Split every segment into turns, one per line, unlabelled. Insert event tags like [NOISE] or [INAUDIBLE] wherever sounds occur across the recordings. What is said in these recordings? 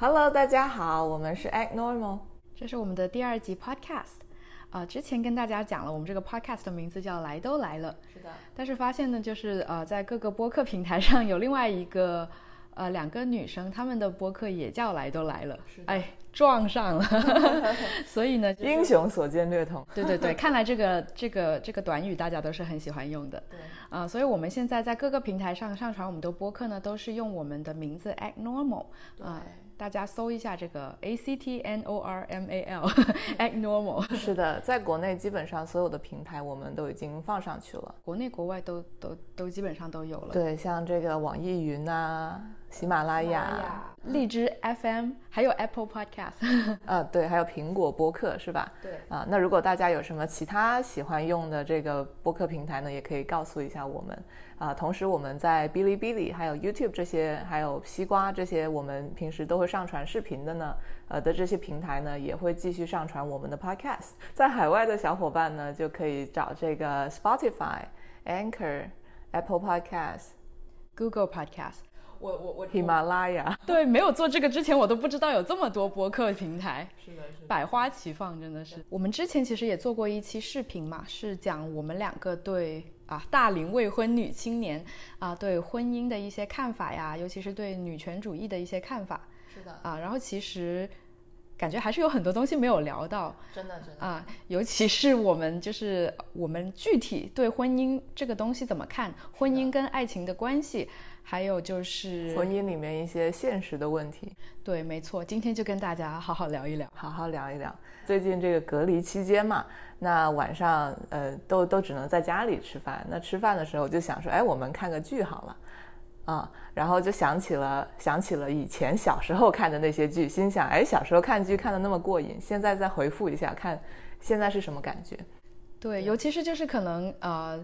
Hello，大家好，我们是 Act Normal。
这是我们的第二集 podcast，啊、之前跟大家讲了，我们这个 podcast 的名字叫“来都来了
是的，”，
但是发现呢，就是呃，在各个播客平台上有另外一个呃两个女生，她们的播客也叫“来都来了
是”，的
哎，撞
[LAUGHS]
上了，所以呢，就是
英雄所见略 [LAUGHS] 同。
对对对，看来这个这个这个短语大家都是很喜欢用的。
对，
啊、所以我们现在在各个平台上上传我们的播客呢，都是用我们的名字 act normal 啊、大家搜一下这个 a c t n o r m a l act normal， [LAUGHS]
是的，在国内基本上所有的平台我们都已经放上去了。
国内国外都都都基本上都有了。
对，像这个网易云呐、喜马拉雅
荔枝 FM 还有 Apple Podcast，
啊，对，还有苹果播客是吧？
对，
啊，那如果大家有什么其他喜欢用的这个播客平台呢，也可以告诉一下我们。啊，同时我们在哔哩哔哩、还有 YouTube 这些，还有西瓜这些，我们平时都会上传视频的呢，呃的这些平台呢，也会继续上传我们的 Podcast。在海外的小伙伴呢，就可以找这个 Spotify、Anchor、Apple Podcast、
Google Podcast。我我我
喜马拉雅。
对没有做这个之前，我都不知道有这么多播客平台。
是的，是的。
百花齐放，真的是。我们之前其实也做过一期视频嘛，是讲我们两个对啊大龄未婚女青年啊对婚姻的一些看法呀，尤其是对女权主义的一些看法
是的，
啊。然后其实感觉还是有很多东西没有聊到
真的，真的，
啊，尤其是我们就是我们具体对婚姻这个东西怎么看，婚姻跟爱情的关系，还有就是
婚姻里面一些现实的问题，
对，没错，今天就跟大家好好聊一聊。
好好聊一聊。最近这个隔离期间嘛，那晚上呃都都只能在家里吃饭。那吃饭的时候就想说，哎，我们看个剧好了。啊、然后就想起了想起了以前小时候看的那些剧，心想，哎，小时候看剧看的那么过瘾，现在再回复一下，看现在是什么感觉？
对，尤其是就是可能呃，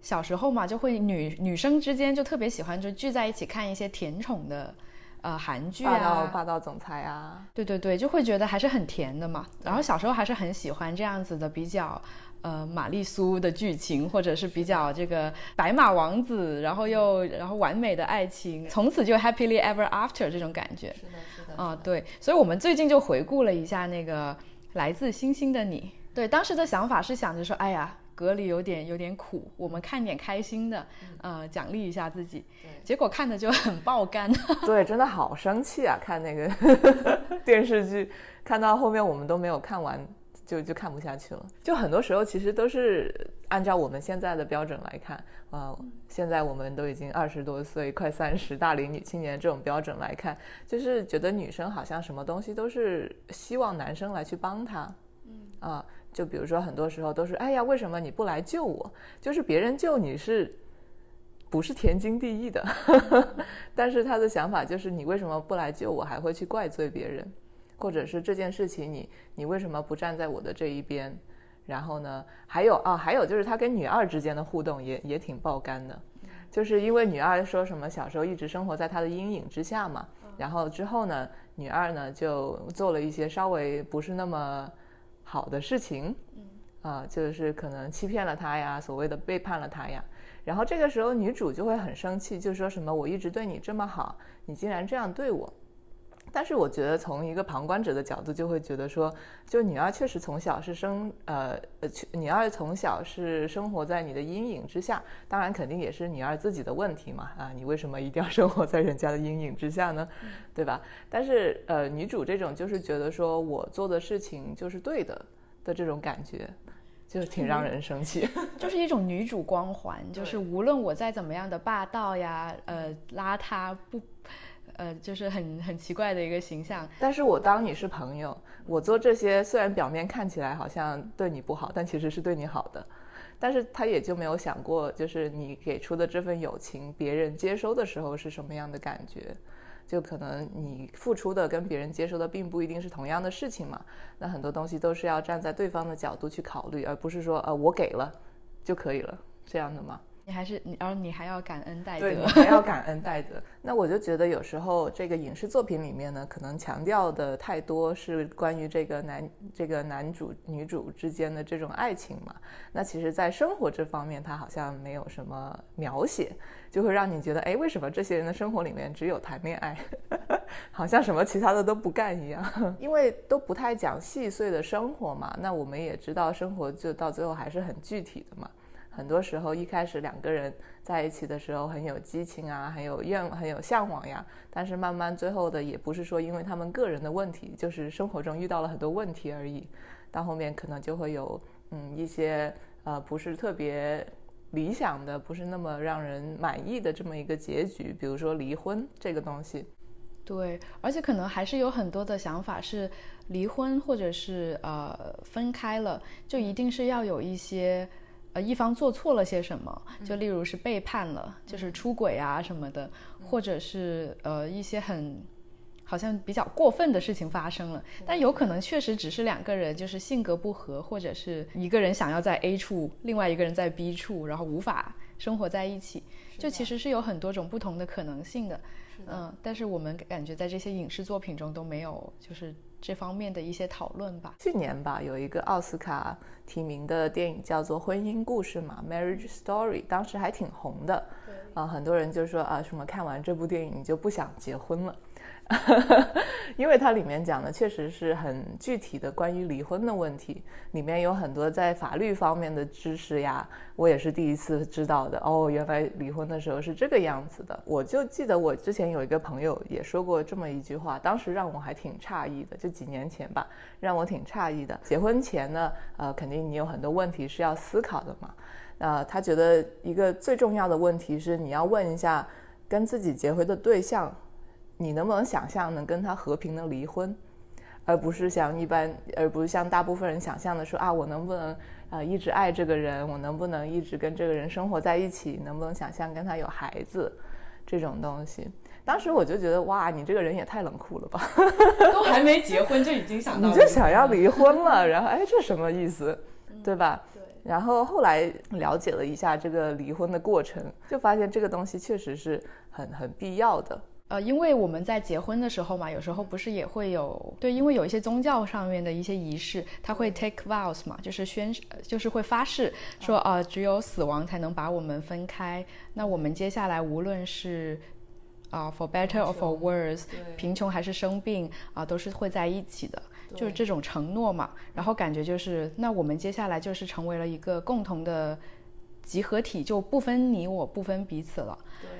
小时候嘛，就会女女生之间就特别喜欢就聚在一起看一些甜宠的呃韩剧
霸道
啊，
霸道总裁啊，
对对对，就会觉得还是很甜的嘛。然后小时候还是很喜欢这样子的比较。呃，玛丽苏的剧情，或者是比较这个白马王子，然后又然后完美的爱情，从此就 happily ever after 这种感觉
是的，是的
啊、对，所以我们最近就回顾了一下那个《来自星星的你》。对，当时的想法是想着说，哎呀，隔离有点有点苦，我们看点开心的，呃，奖励一下自己。结果看的就很爆 [LAUGHS] 肝。
对，真的好生气啊！看那个电视剧，看到后面我们都没有看完，就就看不下去了。就很多时候其实都是按照我们现在的标准来看，啊、现在我们都已经二十多岁，快三十，大龄女青年这种标准来看，就是觉得女生好像什么东西都是希望男生来去帮她，嗯啊。就比如说，很多时候都是，哎呀，为什么你不来救我？就是别人救你是，不是天经地义的？但是他的想法就是，你为什么不来救我，还会去怪罪别人，或者是这件事情你你为什么不站在我的这一边？然后呢，还有啊，还有就是他跟女二之间的互动也也挺爆肝的，就是因为女二说什么小时候一直生活在他的阴影之下嘛，然后之后呢，女二呢就做了一些稍微不是那么好的事情，啊，就是可能欺骗了他呀，所谓的背叛了他呀，然后这个时候女主就会很生气，就说什么我一直对你这么好，你竟然这样对我。但是我觉得从一个旁观者的角度，就会觉得说，就女二确实从小是生呃呃，去女二从小是生活在你的阴影之下，当然肯定也是女二自己的问题嘛啊，你为什么一定要生活在人家的阴影之下呢？对吧？但是呃，女主这种就是觉得说我做的事情就是对的的这种感觉，就是挺让人生气。
就是一种女主光环，就是无论我再怎么样的霸道呀，呃，邋遢不，呃，就是很很奇怪的一个形象，
但是我当你是朋友，我做这些虽然表面看起来好像对你不好，但其实是对你好的。但是他也就没有想过，就是你给出的这份友情，别人接收的时候是什么样的感觉。就可能你付出的跟别人接收的并不一定是同样的事情嘛，那很多东西都是要站在对方的角度去考虑，而不是说呃我给了就可以了这样的嘛。
你还是，你然后你还要感恩戴
对，你
德。
还要感恩戴德。
[LAUGHS]
那我就觉得有时候这个影视作品里面呢，可能强调的太多是关于这个男这个男主女主之间的这种爱情嘛。那其实，在生活这方面，它好像没有什么描写，就会让你觉得，哎，为什么这些人的生活里面只有谈恋爱？ [LAUGHS] 好像什么其他的都不干一样， [LAUGHS] 因为都不太讲细碎的生活嘛。那我们也知道，生活就到最后还是很具体的嘛。很多时候一开始两个人在一起的时候很有激情啊，很有愿，很有向往呀。但是慢慢最后的也不是说因为他们个人的问题，就是生活中遇到了很多问题而已。到后面可能就会有嗯一些呃不是特别理想的，不是那么让人满意的这么一个结局，比如说离婚这个东西。
对，而且可能还是有很多的想法是离婚或者是呃分开了，就一定是要有一些。呃，一方做错了些什么？就例如是背叛了，就是出轨啊什么的，或者是呃一些很好像比较过分的事情发生了。但有可能确实只是两个人就是性格不合，或者是一个人想要在 A 处，另外一个人在 B 处，然后无法生活在一起。就其实是有很多种不同的可能性的。嗯，但是我们感觉在这些影视作品中都没有就是这方面的一些讨论吧。
去年吧，有一个奥斯卡提名的电影叫做《婚姻故事》嘛，《Marriage Story》，当时还挺红的。啊、很多人就说啊，什么看完这部电影你就不想结婚了， [LAUGHS] 因为它里面讲的确实是很具体的关于离婚的问题，里面有很多在法律方面的知识呀，我也是第一次知道的。哦，原来离婚的时候是这个样子的。我就记得我之前有一个朋友也说过这么一句话，当时让我还挺诧异的，就几年前吧，让我挺诧异的。结婚前呢，呃，肯定你有很多问题是要思考的嘛。呃，他觉得一个最重要的问题是，你要问一下跟自己结婚的对象，你能不能想象能跟他和平的离婚，而不是像一般，而不是像大部分人想象的说啊，我能不能呃一直爱这个人，我能不能一直跟这个人生活在一起，能不能想象跟他有孩子这种东西。当时我就觉得哇，你这个人也太冷酷了吧，
[LAUGHS] 都还没结婚就已经想到
你就想
[LAUGHS]
要离婚了，然后哎这什么意思，对吧？
对。
然后后来了解了一下这个离婚的过程，就发现这个东西确实是很很必要的。
呃，因为我们在结婚的时候嘛，有时候不是也会有对，因为有一些宗教上面的一些仪式，他会 take vows 嘛，就是宣誓，呃就是会发誓说，呃，只有死亡才能把我们分开。那我们接下来无论是啊、f o r better or for worse，贫穷还是生病啊、都是会在一起的，就是这种承诺嘛。然后感觉就是，那我们接下来就是成为了一个共同的集合体，就不分你我，不分彼此了。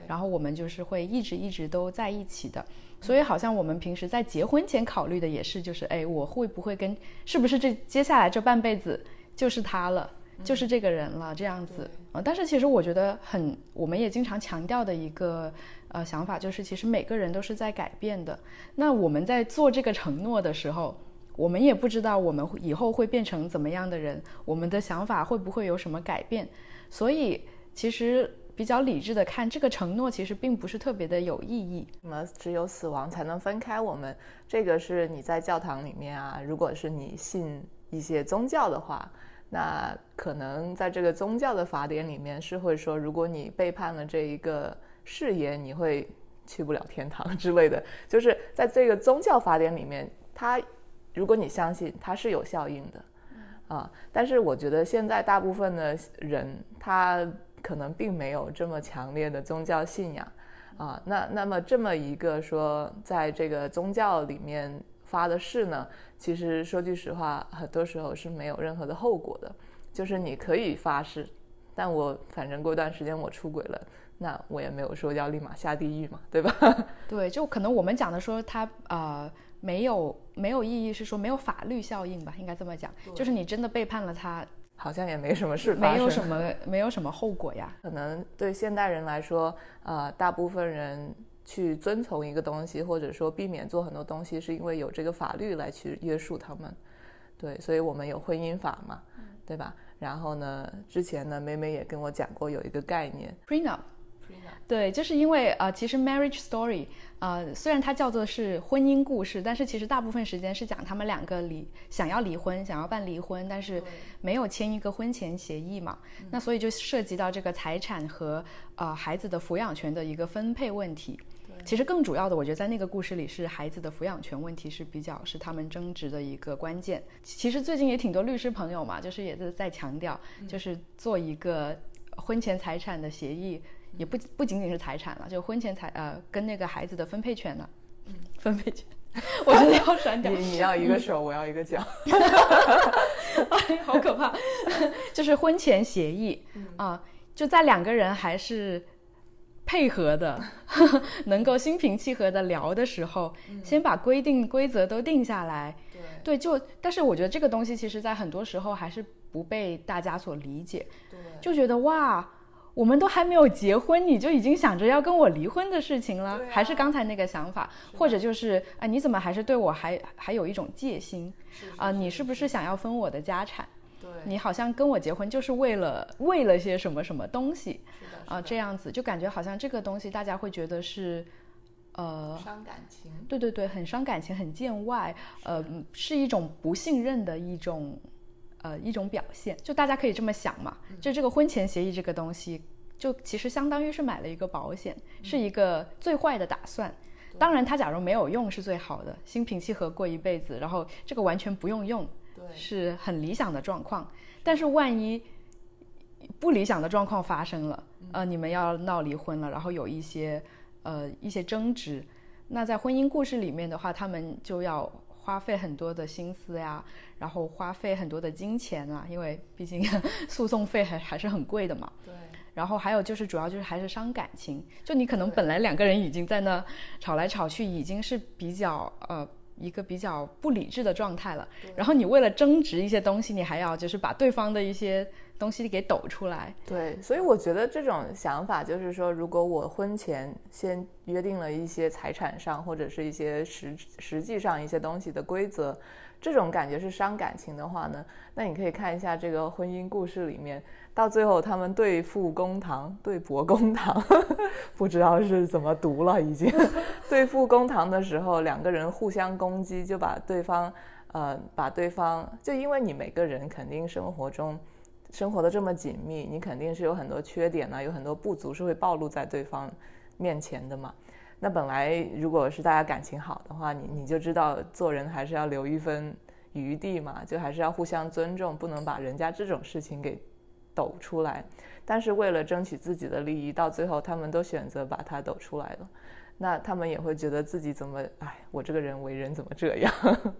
然后我们就是会一直一直都在一起的。所以好像我们平时在结婚前考虑的也是，就是哎，我会不会跟，是不是这接下来这半辈子就是他了，就是这个人了这样子啊？但是其实我觉得很，我们也经常强调的一个呃想法就是，其实每个人都是在改变的。那我们在做这个承诺的时候。我们也不知道我们会以后会变成怎么样的人，我们的想法会不会有什么改变，所以其实比较理智的看这个承诺，其实并不是特别的有意义。
什么只有死亡才能分开我们，这个是你在教堂里面啊，如果是你信一些宗教的话，那可能在这个宗教的法典里面是会说，如果你背叛了这一个誓言，你会去不了天堂之类的。 [LAUGHS] 就是在这个宗教法典里面，它如果你相信，它是有效应的。啊，但是我觉得现在大部分的人，他可能并没有这么强烈的宗教信仰，啊，那那么这么一个说，在这个宗教里面发的誓呢，其实说句实话，很多时候是没有任何的后果的，就是你可以发誓，但我反正过段时间我出轨了，那我也没有说要立马下地狱嘛，对吧？ [LAUGHS]
对，就可能我们讲的说它呃没有没有意义，是说没有法律效应吧，应该这么讲，就是你真的背叛了他，
好像也没什么事发生，
没有什么没有什么后果呀。
可能对现代人来说，呃，大部分人去遵从一个东西，或者说避免做很多东西，是因为有这个法律来去约束他们。对，所以我们有婚姻法嘛，对吧？然后呢，之前呢，梅梅也跟我讲过有一个概念，
prenup。对，就是因为呃，其实《Marriage Story》呃，虽然它叫做是婚姻故事，但是其实大部分时间是讲他们两个离想要离婚，想要办离婚，但是没有签一个婚前协议嘛，那所以就涉及到这个财产和呃孩子的抚养权的一个分配问题。其实更主要的，我觉得在那个故事里是孩子的抚养权问题是比较是他们争执的一个关键。其实最近也挺多律师朋友嘛，就是也是在强调，就是做一个婚前财产的协议，也不不仅仅是财产了，就婚前财呃跟那个孩子的分配权呢，分配权， [LAUGHS] 我真的要删掉
你。你 [LAUGHS] 要一个手，我要一个脚。
哎， [LAUGHS] 好可怕！就是婚前协议、啊，就在两个人还是配合的， [LAUGHS] 能够心平气和的聊的时候，先把规定规则都定下来。
[LAUGHS] 对，
对，就但是我觉得这个东西其实在很多时候还是不被大家所理解，
对，
就觉得哇。我们都还没有结婚，你就已经想着要跟我离婚的事情了，
对啊
还是刚才那个想法，或者就是啊，你怎么还是对我还还有一种戒心啊、你是不是想要分我的家产？
对
你好像跟我结婚就是为了为了些什么什么东西
是的
啊、这样子就感觉好像这个东西大家会觉得是，呃，
伤感情。
对对对，很伤感情，很见外，呃，嗯是一种不信任的一种，呃，一种表现。就大家可以这么想嘛，
嗯
就这个婚前协议这个东西，就其实相当于是买了一个保险，是
嗯
一个最坏的打算。当然，它假如没有用是最好的，心平气和过一辈子，然后这个完全不用用，
对
是很理想的状况。但是万一不理想的状况发生了，呃，你们要闹离婚了，然后有一些呃一些争执，那在婚姻故事里面的话，他们就要花费很多的心思呀，然后花费很多的金钱啊，因为毕竟 [LAUGHS] 诉讼费还还是很贵的嘛。
对
然后还有就是，主要就是还是伤感情。就你可能本来两个人已经在那吵来吵去，已经是比较呃一个比较不理智的状态了。然后你为了争执一些东西，你还要就是把对方的一些东西给抖出来。
对，所以我觉得这种想法就是说，如果我婚前先约定了一些财产上或者是一些实实际上一些东西的规则，这种感觉是伤感情的话呢，那你可以看一下这个婚姻故事里面，到最后他们对簿公堂、对簿公堂， [LAUGHS] 不知道是怎么读了已经。 [LAUGHS] 对簿公堂的时候，两个人互相攻击，就把对方，呃，把对方，就因为你每个人肯定生活中。生活的这么紧密，你肯定是有很多缺点呢、有很多不足是会暴露在对方面前的嘛。那本来如果是大家感情好的话，你你就知道做人还是要留一分余地嘛，就还是要互相尊重，不能把人家这种事情给抖出来。但是为了争取自己的利益，到最后他们都选择把它抖出来了。那他们也会觉得自己怎么，哎，我这个人为人怎么这样？ [LAUGHS]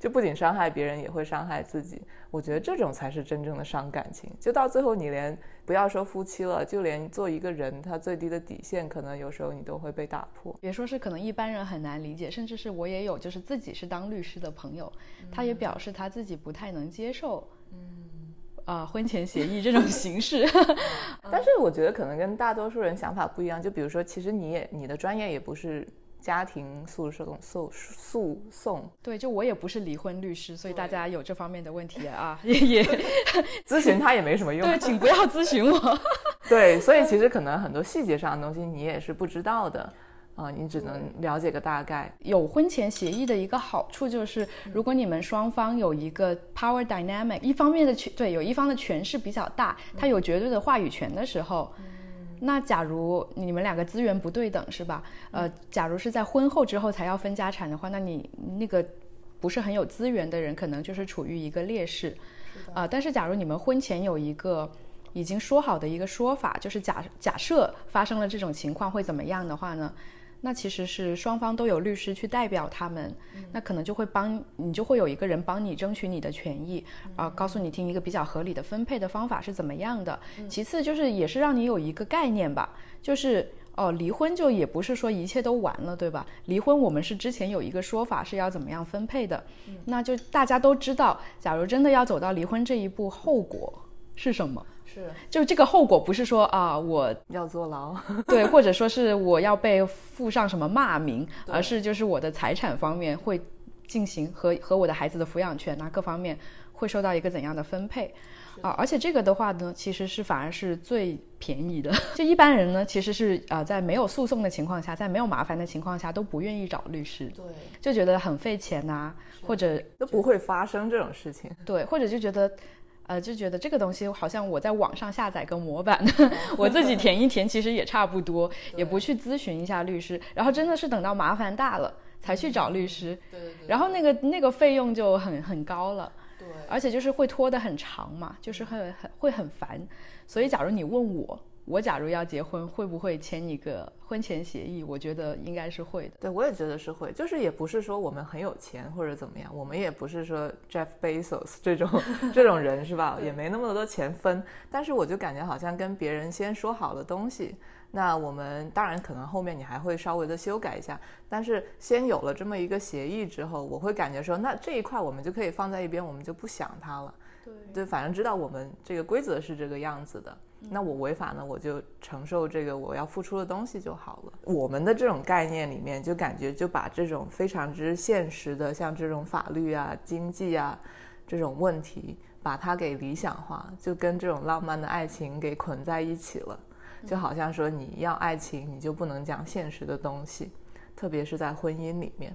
就不仅伤害别人，也会伤害自己。我觉得这种才是真正的伤感情。就到最后，你连不要说夫妻了，就连做一个人，他最低的底线，可能有时候你都会被打破。
别说是可能一般人很难理解，甚至是我也有就是自己是当律师的朋友，他也表示他自己不太能接受，嗯，啊，婚前协议这种形式，
但是我觉得可能跟大多数人想法不一样。就比如说，其实你也你的专业也不是家庭诉讼诉诉讼
对，就我也不是离婚律师，所以大家有这方面的问题啊，也也
咨询，它也没什么用。
对，请不要咨询我。
对，所以其实可能很多细节上的东西你也是不知道的，啊、你只能了解个大概。
有婚前协议的一个好处就是，如果你们双方有一个 power dynamic，一方面的权对有一方的权势比较大，他有绝对的话语权的时候。那假如你们两个资源不对等是吧？呃，假如是在婚后之后才要分家产的话，那你那个不是很有资源的人，可能就是处于一个劣势。啊、但是假如你们婚前有一个已经说好的一个说法，就是假假设发生了这种情况会怎么样的话呢？那其实是双方都有律师去代表他们，那可能就会帮你，就会有一个人帮你争取你的权益，啊、告诉你听一个比较合理的分配的方法是怎么样的。其次就是也是让你有一个概念吧，就是。哦，离婚就也不是说一切都完了，对吧？离婚我们是之前有一个说法是要怎么样分配的，那就大家都知道，假如真的要走到离婚这一步，后果是什么？
是
就这个后果不是说啊，我
要坐牢， [LAUGHS]
对，或者说是我要被附上什么骂名，而是就是我的财产方面会进行和和我的孩子的抚养权啊各方面会受到一个怎样的分配啊？而且这个的话呢，其实是反而是最便宜的。 [LAUGHS] 就一般人呢，其实是呃在没有诉讼的情况下，在没有麻烦的情况下都不愿意找律师，
对，
就觉得很费钱呐、或者
都不会发生这种事情。
对，或者就觉得，呃，就觉得这个东西好像我在网上下载个模板， [LAUGHS] 我自己填一填，其实也差不多，也不去咨询一下律师，然后真的是等到麻烦大了才去找律师，
嗯对对
然后那个那个费用就很很高了。
对
而且就是会拖得很长嘛，就是很很会很烦，所以假如你问我，我假如要结婚，会不会签一个婚前协议？我觉得应该是会的。
对，我也觉得是会，就是也不是说我们很有钱或者怎么样，我们也不是说 Jeff Bezos 这种这种人是吧？也没那么多钱分，但是我就感觉好像跟别人先说好了东西，那我们当然可能后面你还会稍微的修改一下，但是先有了这么一个协议之后，我会感觉说，那这一块我们就可以放在一边，我们就不想它了。对，反正知道我们这个规则是这个样子的。
嗯
那我违法呢，我就承受这个我要付出的东西就好了。我们的这种概念里面，就感觉就把这种非常之现实的，像这种法律啊、经济啊这种问题，把它给理想化，就跟这种浪漫的爱情给捆在一起了。
嗯
就好像说，你要爱情，你就不能讲现实的东西，特别是在婚姻里面。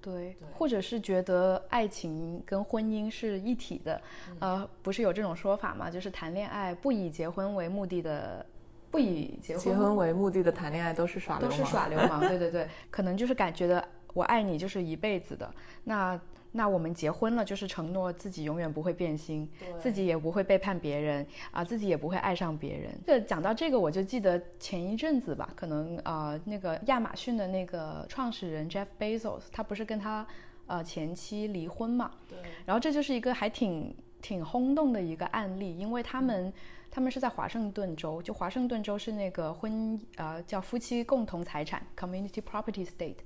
对，或者是觉得爱情跟婚姻是一体的，
嗯
呃，不是有这种说法吗？就是谈恋爱不以结婚为目的的，不以结婚
结婚为目的的谈恋爱都是耍流
都
氓，
是耍流氓。对对对，可能就是感觉的我爱你就是一辈子的。那那我们结婚了，就是承诺自己永远不会变心，自己也不会背叛别人啊，自己也不会爱上别人。这讲到这个，我就记得前一阵子吧，可能呃那个亚马逊的那个创始人 Jeff Bezos，他不是跟他呃前妻离婚嘛？对。然后这就是一个还挺挺轰动的一个案例，因为他们。他们是在华盛顿州，就华盛顿州是那个婚呃叫夫妻共同财产 （Community Property State），、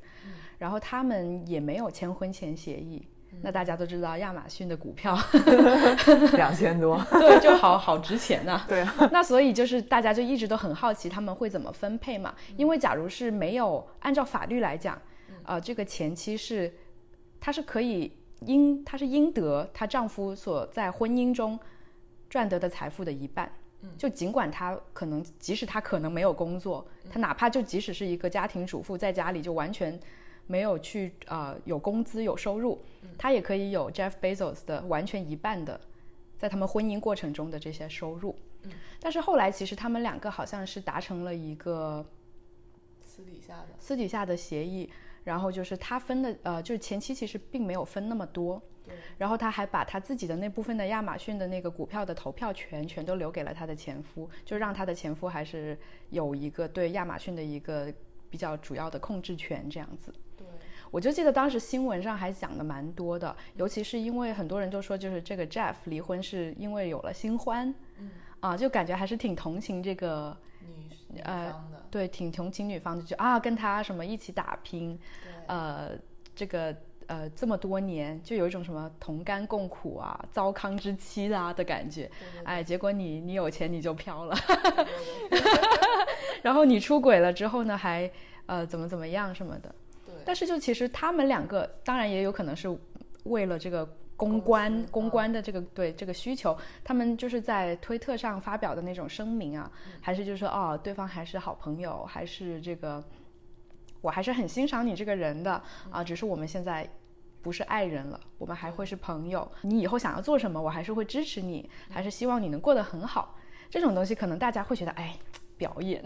然后他们也没有签婚前协议。那大家都知道，亚马逊的股票
两千
[LAUGHS]
多。
对就好好值钱呐、
对啊，
[LAUGHS] 那所以就是大家就一直都很好奇他们会怎么分配嘛？因为假如是没有按照法律来讲，呃，这个前妻是她是可以应她是应得她丈夫所在婚姻中赚得的财富的一半。就尽管她可能，即使她可能没有工作，她哪怕就即使是一个家庭主妇，在家里就完全没有去呃有工资有收入，她也可以有 Jeff Bezos 的完全一半的在他们婚姻过程中的这些收入。
嗯
但是后来其实他们两个好像是达成了一个
私底下的。
私底下的协议，然后就是他分的呃，就是前期其实并没有分那么多，然后他还把他自己的那部分的亚马逊的那个股票的投票权全都留给了他的前夫，就让他的前夫还是有一个对亚马逊的一个比较主要的控制权这样子。我就记得当时新闻上还讲的蛮多的，尤其是因为很多人就说，就是这个 Jeff 离婚是因为有了新欢，嗯，啊，就感觉还是挺同情这个
女
女呃对，挺同情女方就觉得啊，跟他什么一起打拼，呃，这个呃这么多年，就有一种什么同甘共苦啊、糟糠之妻啊的感觉。哎，结果你你有钱你就飘了， [LAUGHS] 然后你出轨了之后呢，还呃怎么怎么样什么的。
对
但是就其实他们两个，当然也有可能是为了这个公关
公
公
司嗯
关的这个对这个需求，他们就是在推特上发表的那种声明啊，
嗯
还是就是说哦，对方还是好朋友，还是这个我还是很欣赏你这个人的啊，只是我们现在。不是爱人了，我们还会是朋友。你以后想要做什么，我还是会支持你，还是希望你能过得很好。这种东西可能大家会觉得，哎，表演，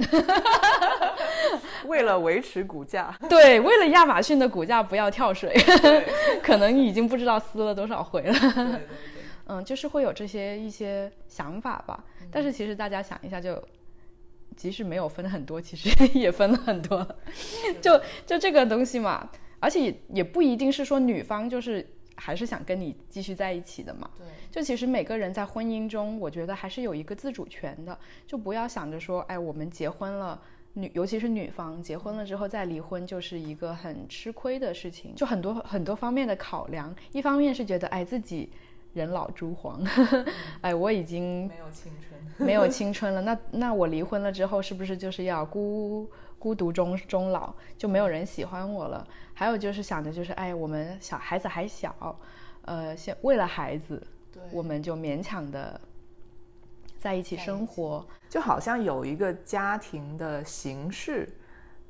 [LAUGHS] 为了维持股价， [LAUGHS]
对，为了亚马逊的股价不要跳水， [LAUGHS] 可能已经不知道撕了多少回了。
对对对，
嗯，就是会有这些一些想法吧。
嗯
但是其实大家想一下就。即使没有分很多，其实 [LAUGHS] 也分了很多了。就就这个东西嘛，而且也也不一定是说女方就是还是想跟你继续在一起的嘛。
对，
就其实每个人在婚姻中，我觉得还是有一个自主权的，就不要想着说，哎，我们结婚了。女，尤其是女方结婚了之后再离婚，就是一个很吃亏的事情，就很多很多方面的考量。一方面是觉得，哎，自己人老珠黄， [LAUGHS] 哎，我已经
没有青春。
没有青春了，那那我离婚了之后，是不是就是要孤孤独终终老，就没有人喜欢我了？还有就是想着就是，哎，我们小孩子还小，呃，先为了孩子，
对
我们就勉强的在一起生活，
就好像有一个家庭的形式，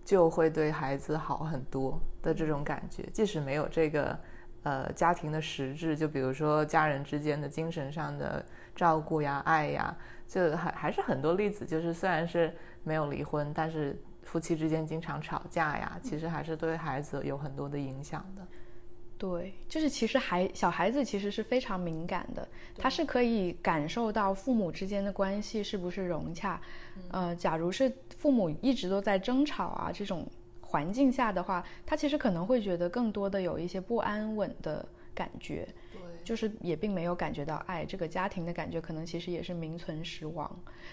就会对孩子好很多的这种感觉，即使没有这个呃家庭的实质，就比如说家人之间的精神上的照顾呀、爱呀，就还还是很多例子，就是虽然是没有离婚，但是夫妻之间经常吵架呀，其实还是对孩子有很多的影响的。
对，就是其实孩小孩子其实是非常敏感的，他是可以感受到父母之间的关系是不是融洽。呃，假如是父母一直都在争吵啊这种环境下的话，他其实可能会觉得更多的有一些不安稳的感觉，
对，
就是也并没有感觉到爱，这个家庭的感觉可能其实也是名存实亡。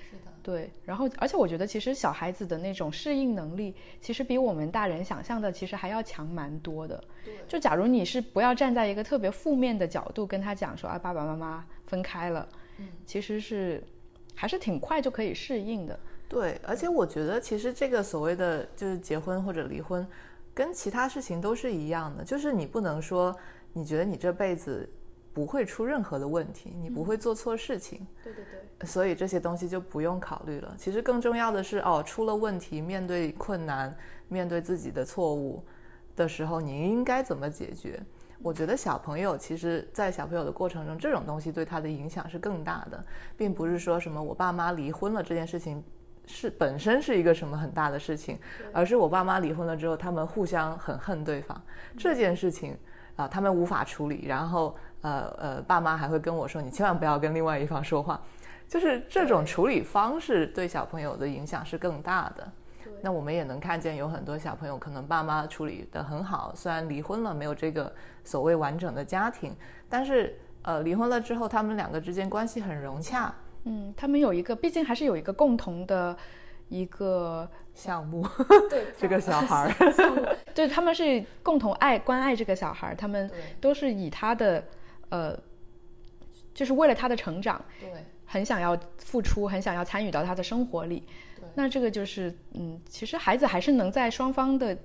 是的，
对，然后而且我觉得其实小孩子的那种适应能力，其实比我们大人想象的其实还要强蛮多的。
对
就假如你是不要站在一个特别负面的角度跟他讲说啊爸爸妈妈分开了，
嗯，
其实是还是挺快就可以适应的。
对，而且我觉得其实这个所谓的就是结婚或者离婚，跟其他事情都是一样的，就是你不能说你觉得你这辈子不会出任何的问题，你不会做错事情，
[LAUGHS] 对对对，
所以这些东西就不用考虑了。其实更重要的是，哦，出了问题，面对困难，面对自己的错误的时候，你应该怎么解决？我觉得小朋友其实，在小朋友的过程中，这种东西对他的影响是更大的，并不是说什么我爸妈离婚了这件事情是本身是一个什么很大的事情，而是我爸妈离婚了之后，他们互相很恨对方这件事情啊、他们无法处理，然后呃呃，爸妈还会跟我说，你千万不要跟另外一方说话，就是这种处理方式对小朋友的影响是更大的。那我们也能看见有很多小朋友，可能爸妈处理得很好，虽然离婚了，没有这个所谓完整的家庭，但是呃，离婚了之后，他们两个之间关系很融洽。
嗯，他们有一个，毕竟还是有一个共同的一个，
项目，
对
[LAUGHS] 这个小孩儿，
对，他们是共同爱关爱这个小孩儿，他们
对
都是以他的呃，就是为了他的成长，
对
很想要付出，很想要参与到他的生活里。
对
那这个就是，嗯，其实孩子还是能在双方的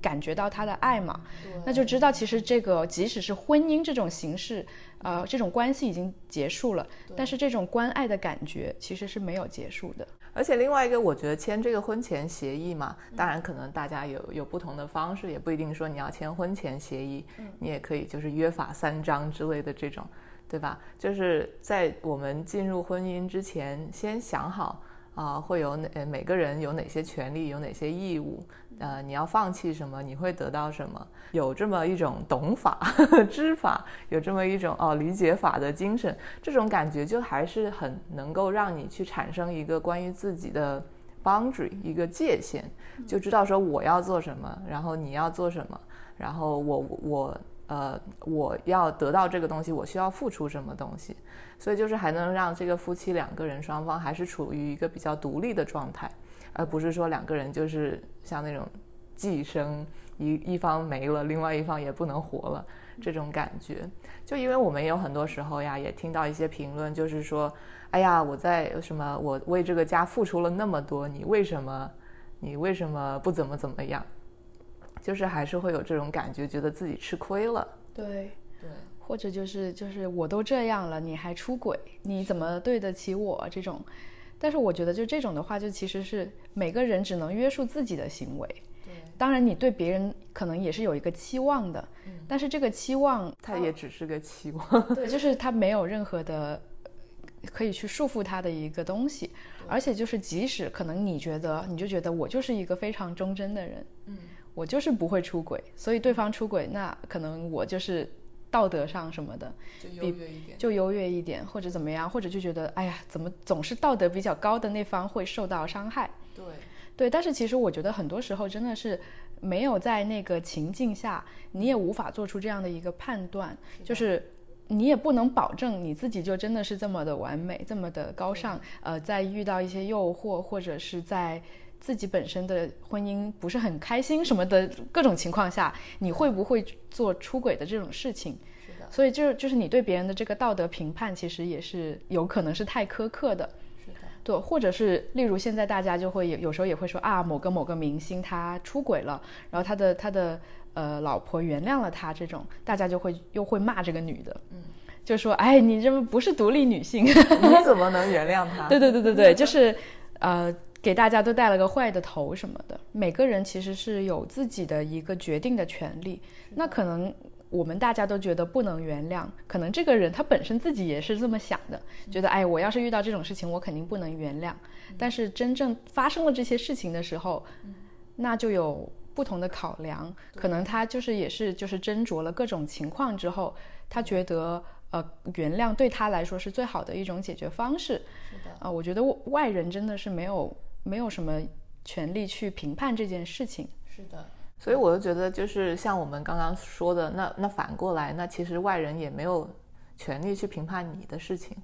感觉到他的爱嘛，那就知道其实这个即使是婚姻这种形式，呃，这种关系已经结束了，但是这种关爱的感觉其实是没有结束的。
而且另外一个，我觉得签这个婚前协议嘛，当然可能大家有有不同的方式，也不一定说你要签婚前协议，你也可以就是约法三章之类的这种，对吧？就是在我们进入婚姻之前，先想好啊、会有哪呃每个人有哪些权利，有哪些义务，呃，你要放弃什么，你会得到什么，有这么一种懂法、 [LAUGHS] 知法，有这么一种哦理解法的精神，这种感觉就还是很能够让你去产生一个关于自己的 boundary 一个界限，就知道说我要做什么，然后你要做什么，然后我我呃我要得到这个东西，我需要付出什么东西，所以就是还能让这个夫妻两个人双方还是处于一个比较独立的状态，而不是说两个人就是像那种寄生。一一方没了，另外一方也不能活了，这种感觉。就因为我们有很多时候呀，也听到一些评论，就是说，哎呀，我在什么，我为这个家付出了那么多，你为什么，你为什么不怎么怎么样？就是还是会有这种感觉，觉得自己吃亏了。
对，
对，
或者就是就是我都这样了，你还出轨，你怎么对得起我这种？但是我觉得就这种的话，就其实是每个人只能约束自己的行为。
对，
当然，你对别人可能也是有一个期望的，
嗯
但是这个期望，
他也只是个期望。
对，就是他没有任何的呃可以去束缚他的一个东西，而且就是即使可能你觉得，你就觉得我就是一个非常忠贞的人，
嗯，
我就是不会出轨，所以对方出轨，那可能我就是道德上什么的，
就优越一点。
就优越一点，或者怎么样，或者就觉得哎呀，怎么总是道德比较高的那方会受到伤害？
对，
对，但是其实我觉得很多时候真的是没有在那个情境下，你也无法做出这样的一个判断，就是。你也不能保证你自己就真的是这么的完美，这么的高尚。呃，在遇到一些诱惑，或者是在自己本身的婚姻不是很开心什么的各种情况下，你会不会做出轨的这种事情？
是的，
所以就就是你对别人的这个道德评判，其实也是有可能是太苛刻的，
是的，
对，或者是例如现在大家就会有有时候也会说啊，某个某个明星他出轨了，然后他的他的呃老婆原谅了他，这种大家就会又会骂这个女的，嗯，就说哎，你这不是独立女性，
你怎么能原谅他？
对对对对对，就是呃，给大家都带了个坏的头什么的。每个人其实是有自己的一个决定的权利。那可能我们大家都觉得不能原谅，可能这个人他本身自己也是这么想的，觉得哎，我要是遇到这种事情，我肯定不能原谅。但是真正发生了这些事情的时候，那就有。不不同的考量，可能他就是也是就是斟酌了各种情况之后，他觉得呃原谅对他来说是最好的一种解决方式
是的，
啊、我觉得外人真的是没有没有什么权利去评判这件事情。
是的，
所以我就觉得，就是像我们刚刚说的，那那反过来，那其实外人也没有权利去评判你的事情。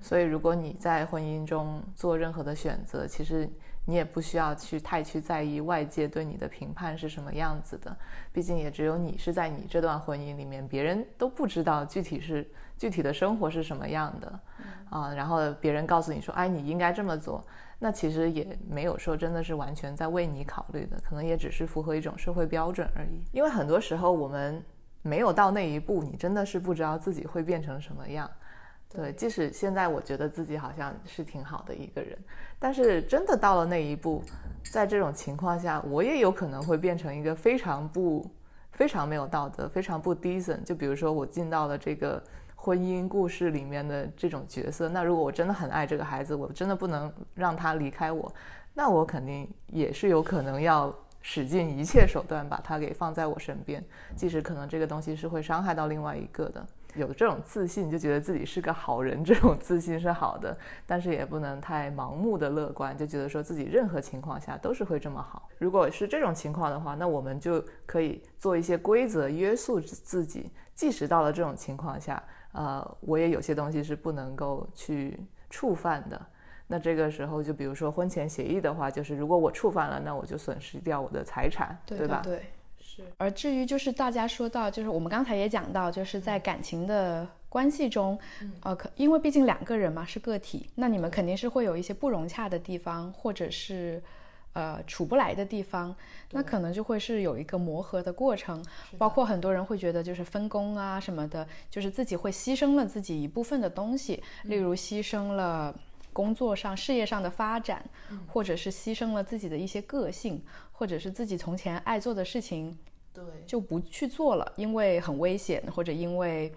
所以，如果你在婚姻中做任何的选择，其实你也不需要去太去在意外界对你的评判是什么样子的。毕竟，也只有你是在你这段婚姻里面，别人都不知道具体是具体的生活是什么样的啊。然后别人告诉你说，哎，你应该这么做，那其实也没有说真的是完全在为你考虑的，可能也只是符合一种社会标准而已。因为很多时候我们没有到那一步，你真的是不知道自己会变成什么样。对，即使现在我觉得自己好像是挺好的一个人，但是真的到了那一步，在这种情况下，我也有可能会变成一个非常不、非常没有道德、非常不 decent。就比如说我进到了这个婚姻故事里面的这种角色，那如果我真的很爱这个孩子，我真的不能让他离开我，那我肯定也是有可能要使尽一切手段把他给放在我身边，即使可能这个东西是会伤害到另外一个的。有这种自信，就觉得自己是个好人，这种自信是好的，但是也不能太盲目的乐观，就觉得说自己任何情况下都是会这么好。如果是这种情况的话，那我们就可以做一些规则约束自自己，即使到了这种情况下，呃，我也有些东西是不能够去触犯的。那这个时候，就比如说婚前协议的话，就是如果我触犯了，那我就损失掉我的财产，
对
吧？
对，是
而至于就是大家说到，就是我们刚才也讲到，就是在感情的关系中，呃，可因为毕竟两个人嘛是个体，那你们肯定是会有一些不融洽的地方，或者是呃处不来的地方，那可能就会是有一个磨合的过程。包括很多人会觉得就是分工啊什么的，就是自己会牺牲了自己一部分的东西，例如牺牲了。工作上、事业上的发展，或者是牺牲了自己的一些个性，或者是自己从前爱做的事情，
对，
就不去做了，因为很危险，或者因为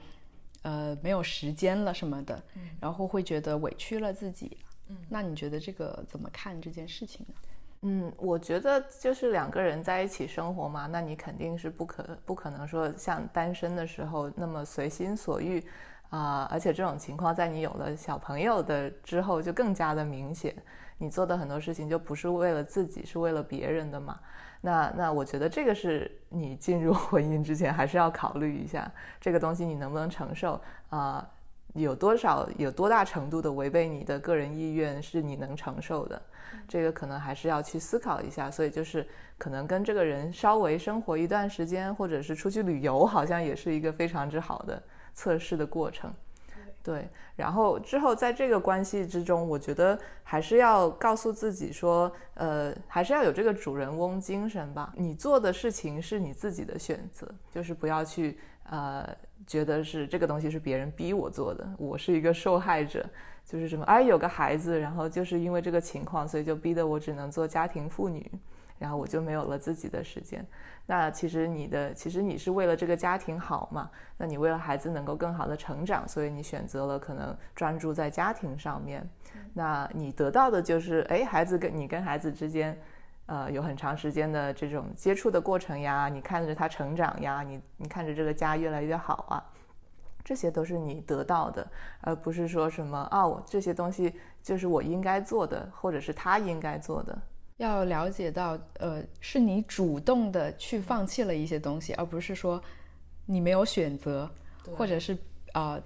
呃没有时间了什么的，然后会觉得委屈了自己。嗯，那你觉得这个怎么看这件事情呢？
嗯，我觉得就是两个人在一起生活嘛，那你肯定是不可不可能说像单身的时候那么随心所欲啊、而且这种情况在你有了小朋友的之后就更加的明显，你做的很多事情就不是为了自己，是为了别人的嘛。那那我觉得这个是你进入 [LAUGHS] 婚姻之前还是要考虑一下这个东西你能不能承受啊、有多少有多大程度的违背你的个人意愿是你能承受的。这个可能还是要去思考一下。所以就是可能跟这个人稍微生活一段时间，或者是出去旅游，好像也是一个非常之好的测试的过程。对，然后之后在这个关系之中，我觉得还是要告诉自己说，呃，还是要有这个主人翁精神吧。你做的事情是你自己的选择，就是不要去呃觉得是这个东西是别人逼我做的，我是一个受害者。就是什么哎有个孩子，然后就是因为这个情况，所以就逼得我只能做家庭妇女，然后我就没有了自己的时间。那其实你的，其实你是为了这个家庭好嘛？那你为了孩子能够更好的成长，所以你选择了可能专注在家庭上面。那你得到的就是，哎，孩子跟你跟孩子之间，呃，有很长时间的这种接触的过程呀，你看着他成长呀，你你看着这个家越来越好啊，这些都是你得到的，而不是说什么啊，我这些东西就是我应该做的，或者是他应该做的。
要了解到，呃，是你主动的去放弃了一些东西，而不是说你没有选择，或者是呃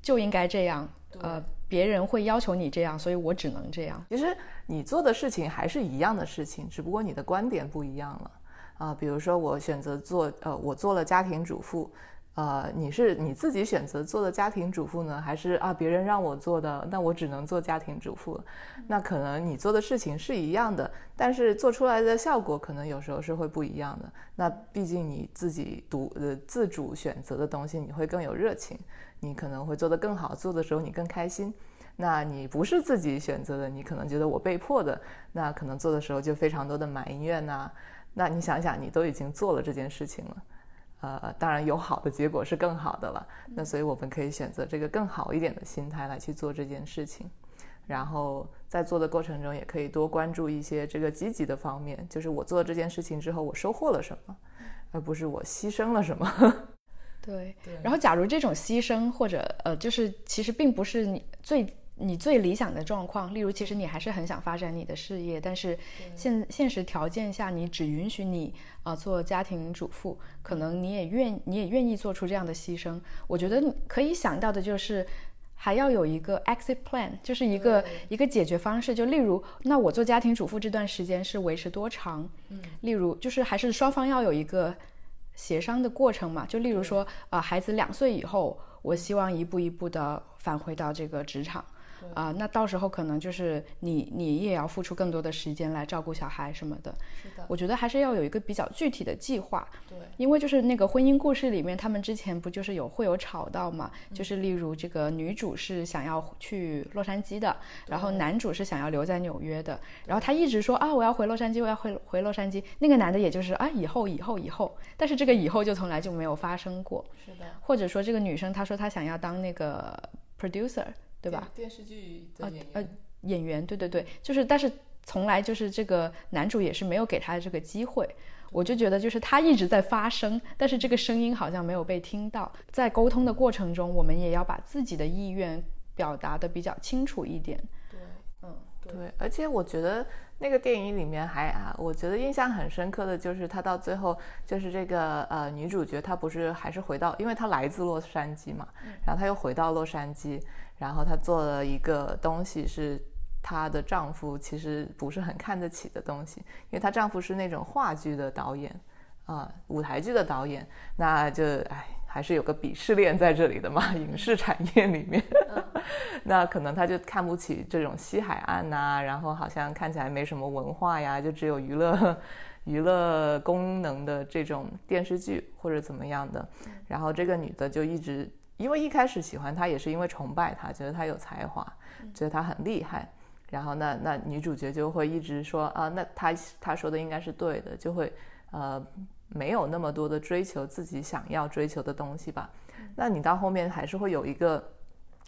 就应该这样，呃别人会要求你这样，所以我只能这样。
其实你做的事情还是一样的事情，只不过你的观点不一样了啊。比如说，我选择做呃，我做了家庭主妇，呃，你是你自己选择做的家庭主妇呢，还是啊别人让我做的？那我只能做家庭主妇了。那可能你做的事情是一样的，但是做出来的效果可能有时候是会不一样的。那毕竟你自己独呃自主选择的东西，你会更有热情，你可能会做得更好，做的时候你更开心。那你不是自己选择的，你可能觉得我被迫的，那可能做的时候就非常多的埋怨呐、那你想想，你都已经做了这件事情了，呃，当然有好的结果是更好的了。那所以我们可以选择这个更好一点的心态来去做这件事情。然后在做的过程中，也可以多关注一些这个积极的方面，就是我做这件事情之后，我收获了什么，而不是我牺牲了什么。
对，
对
然后假如这种牺牲或者呃，就是其实并不是你最你最理想的状况，例如其实你还是很想发展你的事业，但是现现实条件下，你只允许你啊、呃做家庭主妇，可能你也愿你也愿意做出这样的牺牲。我觉得你可以想到的就是。还要有一个 exit plan，就是一个一个解决方式。就例如，那我做家庭主妇这段时间是维持多长？嗯，例如就是还是双方要有一个协商的过程嘛。就例如说，啊、孩子两岁以后，我希望一步一步的返回到这个职场。啊、那到时候可能就是你，你也要付出更多的时间来照顾小孩什么的。是的，我觉得还是要有一个比较具体的计划。对，因为就是那个婚姻故事里面，他们之前不就是有会有吵到嘛？就是例如这个女主是想要去洛杉矶的，然后男主是想要留在纽约的，然后他一直说啊，我要回洛杉矶，我要回回洛杉矶。那个男的也就是啊，以后以后以后，但是这个以后就从来就没有发生过。
是的，
或者说这个女生她说她想要当那个 producer，对吧？？哦
电视剧的演员，
演员，对对对，就是，但是从来就是这个男主也是没有给他这个机会。我就觉得就是他一直在发声，但是这个声音好像没有被听到。在沟通的过程中，我们也要把自己的意愿表达的比较清楚一点。
对，而且我觉得那个电影里面还啊，我觉得印象很深刻的就是她到最后就是这个呃女主角她不是还是回到，因为她来自洛杉矶嘛，然后她又回到洛杉矶，然后她做了一个东西是。她的丈夫其实不是很看得起的东西，因为她丈夫是那种话剧的导演，啊、舞台剧的导演，那就哎，还是有个鄙视链在这里的嘛，影视产业里面。那可能他就看不起这种西海岸呐、然后好像看起来没什么文化呀，就只有娱乐娱乐功能的这种电视剧或者怎么样的。然后这个女的就一直，因为一开始喜欢他也是因为崇拜他，觉得他有才华，觉得他很厉害。然后那那女主角就会一直说啊，那他他说的应该是对的，就会呃没有那么多的追求自己想要追求的东西吧。那你到后面还是会有一个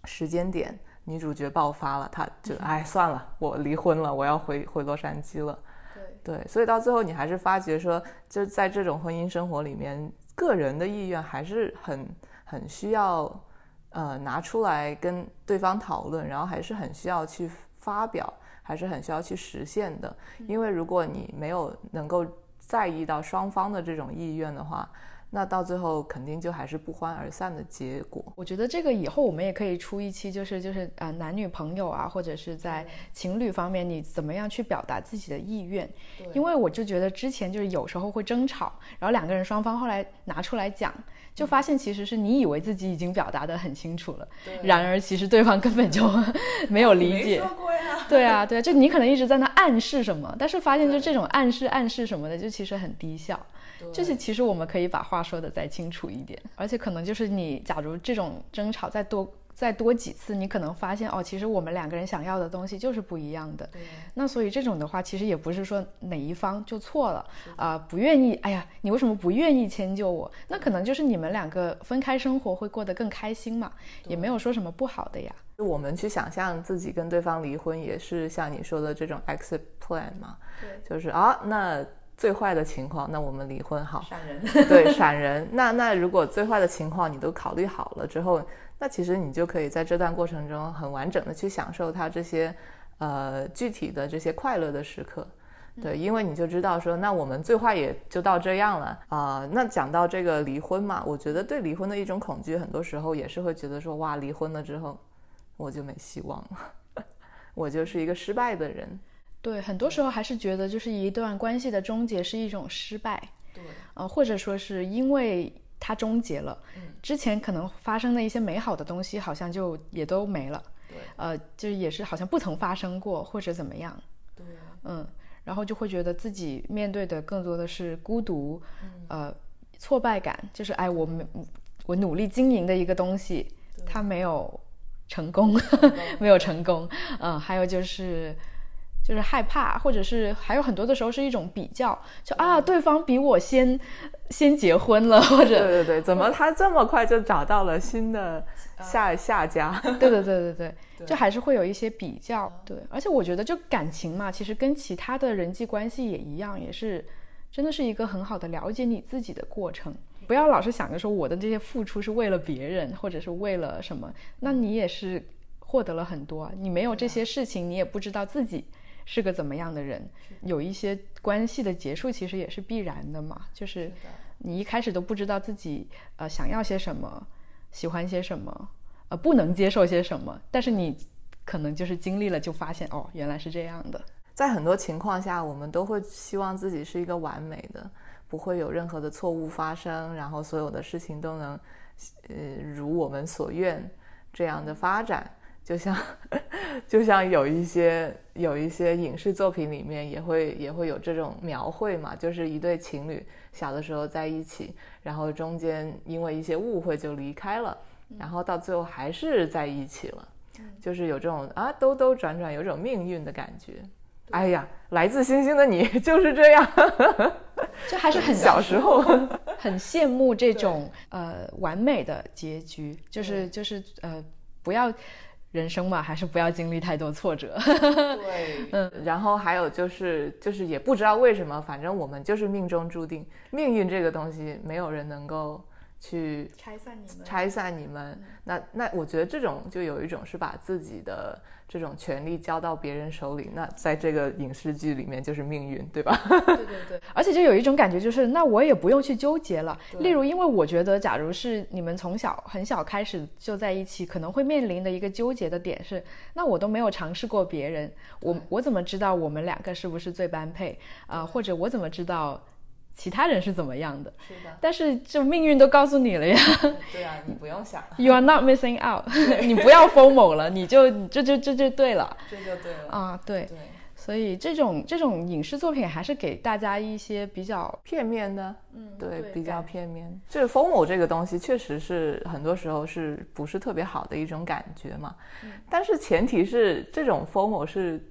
时间点，女主角爆发了，她就哎算了，我离婚了，我要回回洛杉矶了。
[LAUGHS]
对，所以到最后你还是发觉说，就在这种婚姻生活里面，个人的意愿还是很很需要，呃，拿出来跟对方讨论，然后还是很需要去发表，还是很需要去实现的。因为如果你没有能够在意到双方的这种意愿的话，那到最后肯定就还是不欢而散的结果。
我觉得这个以后我们也可以出一期，就是就是呃男女朋友啊，或者是在情侣方面，你怎么样去表达自己的意愿？因为我就觉得之前就是有时候会争吵，然后两个人双方后来拿出来讲，就发现其实是你以为自己已经表达的很清楚了，然而其实对方根本就 [LAUGHS] 没有理解。对啊，对啊，就你可能一直在那暗示什么，但是发现就这种暗示、暗示什么的，就其实很低效。就是其实我们可以把话说的再清楚一点，而且可能就是你假如这种争吵再多再多几次，你可能发现哦，其实我们两个人想要的东西就是不一样的。那所以这种的话，其实也不是说哪一方就错了啊、不愿意，哎呀，你为什么不愿意迁就我？那可能就是你们两个分开生活会过得更开心嘛，也没有说什么不好的呀。
就我们去想象自己跟对方离婚，也是像你说的这种 exit plan 嘛，对，就是啊，那最坏的情况，那我们离婚好，
闪 [LAUGHS] 人。
[LAUGHS] 对，闪人。那那如果最坏的情况你都考虑好了之后，那其实你就可以在这段过程中很完整的去享受它这些呃具体的这些快乐的时刻。对，因为你就知道说，那我们最坏也就到这样了啊、那讲到这个离婚嘛，我觉得对离婚的一种恐惧，很多时候也是会觉得说，哇，离婚了之后我就没希望了， [LAUGHS] 我就是一个失败的人。
对，很多时候还是觉得就是一段关系的终结是一种失败，
对，
呃，或者说是因为它终结了，
嗯
之前可能发生的一些美好的东西好像就也都没了，
对，
呃，就是也是好像不曾发生过或者怎么样，
对，
嗯，然后就会觉得自己面对的更多的是孤独，
嗯
呃，挫败感，就是哎，我没我努力经营的一个东西， [LAUGHS] 它没有成功，没有成功，嗯，还有就是就是害怕，或者是还有很多的时候是一种比较，就啊，对方比我先先结婚了，或
对
者
对对，怎么他这么快就找到了新的下下家？
[LAUGHS] 对对对对对，就嗯还是会有一些比较。对，而且我觉得就感情嘛，其实跟其他的人际关系也一样，也是真的是一个很好的了解你自己的过程。不要老是想着说我的这些付出是为了别人，或者是为了什么，那你也是获得了很多啊。你没有这些事情，你也不知道自己是个怎么样的人。有一些关系的结束，其实也是必然的嘛，就是你一开始都不知道自己呃想要些什么，喜欢些什么，呃不能接受些什么，但是你可能就是经历了，就发现哦原来是这样的。
在很多情况下，我们都会希望自己是一个完美的，不会有任何的错误发生，然后所有的事情都能，呃，如我们所愿这样的发展。就像， [LAUGHS] 就像有一些有一些影视作品里面也会也会有这种描绘嘛，就是一对情侣小的时候在一起，然后中间因为一些误会就离开了，然后到最后还是在一起了，就是有这种啊兜兜转转有种命运的感觉。哎呀，来自星星的你 [LAUGHS] 就是这样。
就还是很
小时 [LAUGHS] 候，
很羡慕这种呃完美的结局，就是就是呃不要人生嘛，还是不要经历太多挫折。
对，嗯，然后还有就是就是也不知道为什么，反正我们就是命中注定，命运这个东西没有人能够去
拆散你们
拆散你们。那那我觉得这种就有一种是把自己的这种权利交到别人手里，那在这个影视剧里面就是命运，对吧？
对对对，而且就有一种感觉，就是那我也不用去纠结了。例如，因为我觉得，假如是你们从小很小开始就在一起，可能会面临的一个纠结的点是，那我都没有尝试过别人，我我怎么知道我们两个是不是最般配啊、或者我怎么知道其他人是怎么样的？
是的，
但是就命运都告诉你 [LAUGHS] 了呀
对啊，你不用想，
，You are not missing out，你 [LAUGHS] 不要 FOMO 了，你就这就这就对了
这就对了。
啊，对，
对，
所以这种这种影视作品还是给大家一些比较
片面的，
嗯
对，
对
比较
感
片面。就是风某这个东西，确实是很多时候是不是特别好的一种感觉嘛。但是前提是这种风某是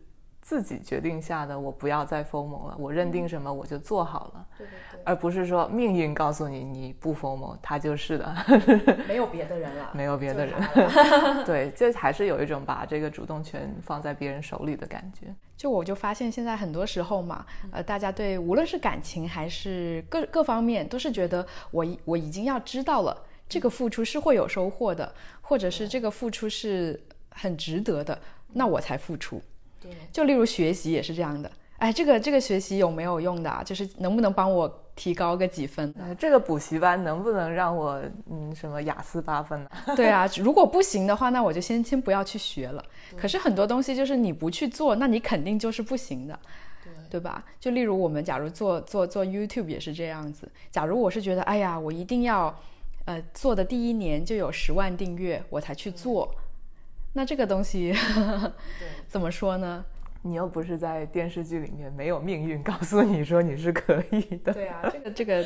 自己决定下的，我不要再风某了，我认定什么我就做好了，
对对
而不是说命运告诉你你不风某，他就是的， [LAUGHS]
对， [LAUGHS] 没有别的人了，
没有别的人。对，这还是有一种把这个主动权放在别人手里的感觉。
就我就发现现在很多时候嘛，呃，大家对无论是感情还是各各方面，都是觉得我已我已经要知道了，这个付出是会有收获的，或者是这个付出是很值得的，那我才付出。
对，
就例如学习也是这样的，哎，这个这个学习有没有用的啊？就是能不能帮我提高个几分？
呃，这个补习班能不能让我嗯什么雅思八分呢、
对啊，如果不行的话，那我就先先不要去学了。可是很多东西就是你不去做，那你肯定就是不行的，
对
吧？就例如我们假如做做做 YouTube 也是这样子，假如我是觉得，哎呀，我一定要，呃，做的第一年就有十万订阅，我才去做，那这个东西 [LAUGHS] 怎么说呢？
你又不是在电视剧里面没有命运告诉你说你是可以的，
对啊，这 [LAUGHS] 个这个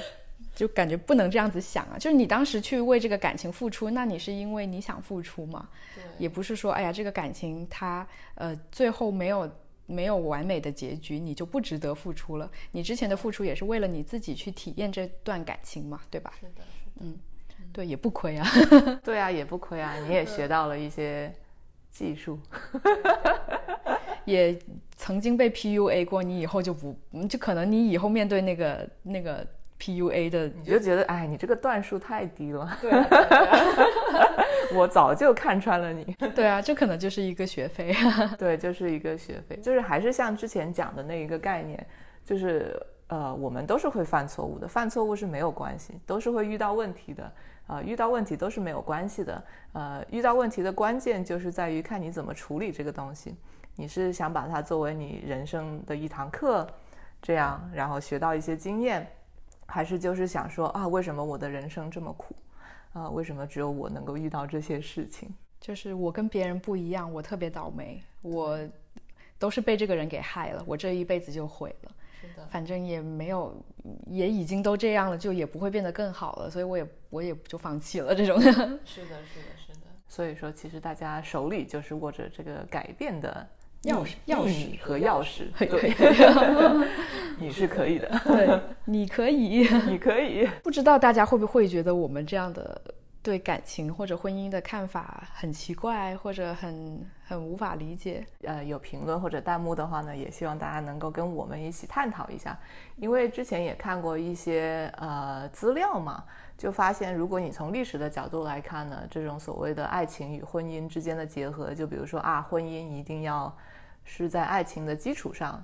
就感觉不能这样子想啊。就是你当时去为这个感情付出，那你是因为你想付出嘛？也不是说哎呀这个感情它呃最后没有。没有完美的结局，你就不值得付出了。你之前的付出也是为了你自己去体验这段感情嘛，对吧？
是的，
对，也不亏啊。
是 [LAUGHS] 的，对啊，也不亏啊，你也学到了一些技术，
也曾经被 PUA 过，你以后就不，嗯就可能你以后面对那个那个 PUA 的
你就觉得哎，你这个段数太低了，
[LAUGHS]
对、我早就看穿了你，
对啊，这可能就是一个学费。
对，就是一个学费，就是还是像之前讲的那一个概念，就是呃，我们都是会犯错误的，犯错误是没有关系，都是会遇到问题的。呃，遇到问题都是没有关系的。呃，遇到问题的关键就是在于看你怎么处理这个东西。你是想把它作为你人生的一堂课，这样然后学到一些经验，还是就是想说啊，为什么我的人生这么苦？啊、为什么只有我能够遇到这些事情？
就是我跟别人不一样，我特别倒霉，我都是被这个人给害了，我这一辈子就毁了。
是的，
反正也没有，也已经都这样了，就也不会变得更好了，所以我也我也就放弃了这种。
是的，是的，是的。所以说，其实大家手里就是握着这个改变的
钥匙钥匙
你和钥匙，
嘿
嗯对， [LAUGHS]
嘿
你是可以的，
对，你可以。
你可以。
不知道大家会不会觉得我们这样的对感情或者婚姻的看法很奇怪，或者很很无法理解？
呃有评论或者弹幕的话呢，也希望大家能够跟我们一起探讨一下，因为之前也看过一些呃资料嘛，就发现如果你从历史的角度来看呢，这种所谓的爱情与婚姻之间的结合，就比如说啊，婚姻一定要是在爱情的基础上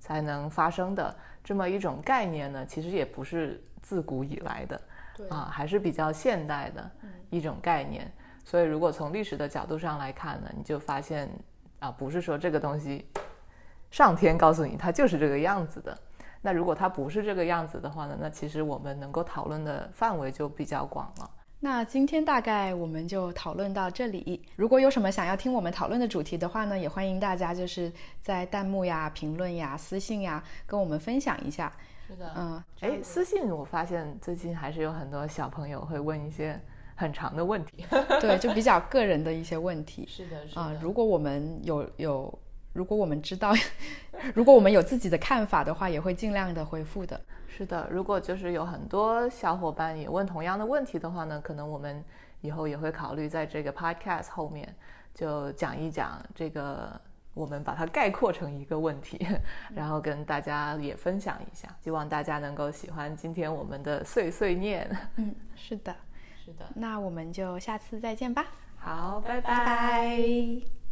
才能发生的这么一种概念呢，其实也不是自古以来的，
对
啊，还是比较现代的一种概念。所以，如果从历史的角度上来看呢，你就发现啊，不是说这个东西上天告诉你它就是这个样子的。那如果它不是这个样子的话呢，那其实我们能够讨论的范围就比较广了。
那今天大概我们就讨论到这里。如果有什么想要听我们讨论的主题的话呢，也欢迎大家就是在弹幕呀、评论呀、私信呀跟我们分享
[LAUGHS]
一下。
是的
嗯，
哎，私信我发现最近还是有很多小朋友会问一些很长的问题。
对，就比较个人的一些问题。
是的，
啊、如果我们有有，如果我们知道， [LAUGHS] 如果我们有自己的看法的话，也会尽量的回复的。
是的，如果就是有很多小伙伴也问同样的问题的话呢，可能我们以后也会考虑在这个 podcast 后面就讲一讲这个，我们把它概括成一个问题， [LAUGHS] 然后跟大家也分享一下，希望大家能够喜欢今天我们的碎碎念。 [LAUGHS]
嗯，是的，
是的，
那我们就下次再见吧，
好，拜
拜
拜
拜